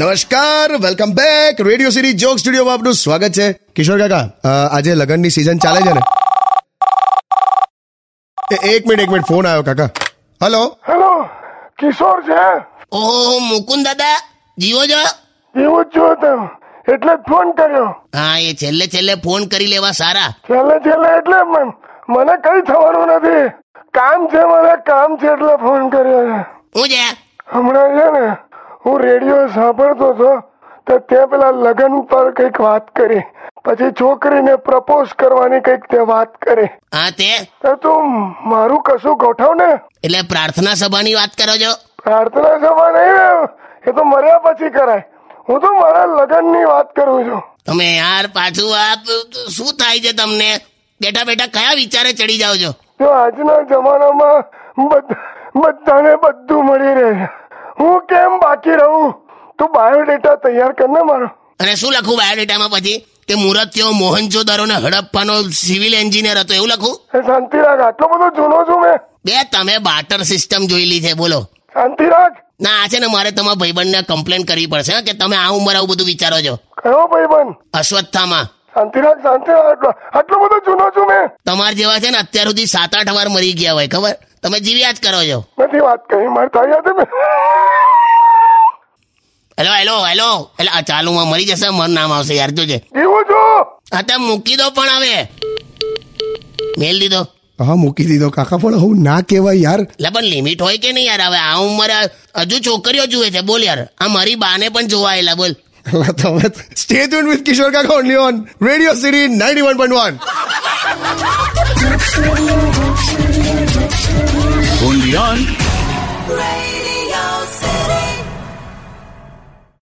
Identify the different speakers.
Speaker 1: નમસ્કાર welcome back Radio City joke સ્ટુડિયોમાં આપનું સ્વાગત છે કિશોર કાકા અ, આજે લગનની સિઝન ચાલે છે ને એ- એક મિનિટ એક મિનિટ ફોન આવ્યો કાકા હલો
Speaker 2: હેલો કિશોર છે
Speaker 3: ઓહો મુકુંદ દાદા જીવો છો
Speaker 2: એવું જ જોયું તું. એટલે જ ફોન કર્યો
Speaker 3: હા એ છેલ્લે છેલ્લે ફોન કરી લેવા સારા
Speaker 2: છેલ્લે છેલ્લે એટલે મ- મને કઈ થવાનું નથી કામ છે મારે કામ છે એટલે ફોન કર્યો છે
Speaker 3: હું છે
Speaker 2: હમણાં છે ને હું રેડિયો સાંભળતો હતો તો તે પેલા લગ્ન પર કંઈક વાત કરી પછી છોકરીને પ્રપોઝ કરવાની કંઈક તે વાત કરી
Speaker 3: હા તે
Speaker 2: તો તું મારું કશું ગોઠવ ને
Speaker 3: એટલે પ્રાર્થના સભાની વાત કરો છો
Speaker 2: પ્રાર્થના સભા નહીં ને એ તો મર્યા પછી કરાય હું તો મારા લગ્નની વાત કરું છું
Speaker 3: તમે યાર પાછું આ પ- શું થાય છે તમને બેઠા બેઠા કયા વિચારે ચડી જાઓ છો
Speaker 2: જો આજના જમાનામાં બધ- બધાને બધું મળી રહે છે હું કેમ બાકી રહું તું બાયોડેટા તૈયાર કર ને મારો
Speaker 3: અને શું લખું બાયોડેટામાં પછી કે મુરત તેઓ મોહનજોદારોને હડપ્પાનો સિવિલ એન્જિનિયર હતો એવું લખું
Speaker 2: એ શાંતિ રાખ આટલો બધો જૂનો છું મેં
Speaker 3: બે તમે બાટર સિસ્ટમ જોયેલી છે બોલો
Speaker 2: શાંતિ રાખ
Speaker 3: ના આ છે ને મારે તમારા ભાઈબંધને કમ્પ્લેન કરવી પડશે હં, કે તમે આ ઉંમર આવું બધું વિચારો છો
Speaker 2: કયો ભાઈબંધ
Speaker 3: અશ્વત્થામાં
Speaker 2: શાંતિ રાખ શાંતિ રાખ આટલો- આટલો બધો જૂનો છું મેં
Speaker 3: તમાર જેવા છે ને અત્યાર સુધી સાત આઠ વાર મરી ગયા હોય ખબર તમે જીવ્યા જ કરો છો
Speaker 2: નથી વાત કરી મારે તારી સાથે મેં-
Speaker 3: હેલો હેલો હેલો એટલે આ ચાલુમાં મરી જશે મારું નામ આવશે યાર જોજે
Speaker 2: જીવું છું
Speaker 3: હા તમે મૂકી દો પણ હવે મેલ દીધો
Speaker 1: હા મૂકી દીધો કાકા પણ હું ના કહેવાય યાર
Speaker 3: એટલે પણ લિમિટ હોય કે નહીં યાર હવે આ ઉંમરે હજુ છોકરીઓ જુએ છે બોલ યાર આ મારી બાને પણ જોવાયેલા બોલ
Speaker 1: અલા, તમે stay tune with Kishore Kaka only on Radio City 91.1
Speaker 4: only on
Speaker 5: Radio